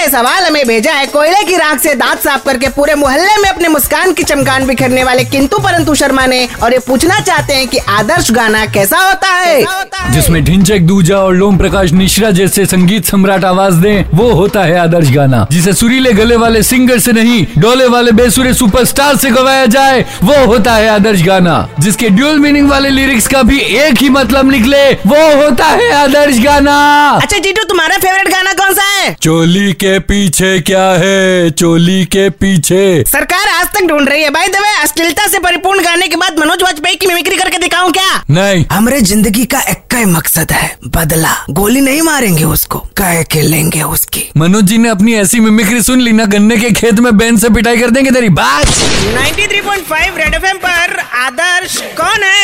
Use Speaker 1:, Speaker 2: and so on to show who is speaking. Speaker 1: ये सवाल हमें भेजा है कोयले की राख से दांत साफ करके पूरे मोहल्ले में अपने मुस्कान की चमकान बिखरने वाले किंतु परंतु शर्मा ने और ये पूछना चाहते हैं कि आदर्श गाना कैसा होता है
Speaker 2: जिसमें ढिंचक दूजा और लोम प्रकाश मिश्रा जैसे संगीत सम्राट आवाज दें वो होता है आदर्श गाना जिसे सुरीले गले वाले सिंगर से नहीं डोले वाले बेसुरे सुपरस्टार से गवाया जाए वो होता है आदर्श गाना जिसके ड्यूअल मीनिंग वाले लिरिक्स का भी एक ही मतलब निकले वो होता है आदर्श गाना
Speaker 1: अच्छा जीटू तुम्हारा फेवरेट गाना कौन सा है
Speaker 2: चोली के पीछे क्या है चोली के पीछे
Speaker 1: सरकार आज तक ढूंढ रही है भाई दबे अश्लीलता से परिपूर्ण गाने के बाद मनोज वाजपेयी की मिमिक्री करके दिखाऊं क्या
Speaker 2: नहीं
Speaker 1: हमरे जिंदगी का एक ही मकसद है बदला गोली नहीं मारेंगे उसको कह के लेंगे उसकी
Speaker 2: मनोज जी ने अपनी ऐसी मिमिक्री सुन ली ना गन्ने के खेत में बैंड से पिटाई कर देंगे तेरी बात
Speaker 3: 93.5 रेड एफएम पर आदर्श कौन है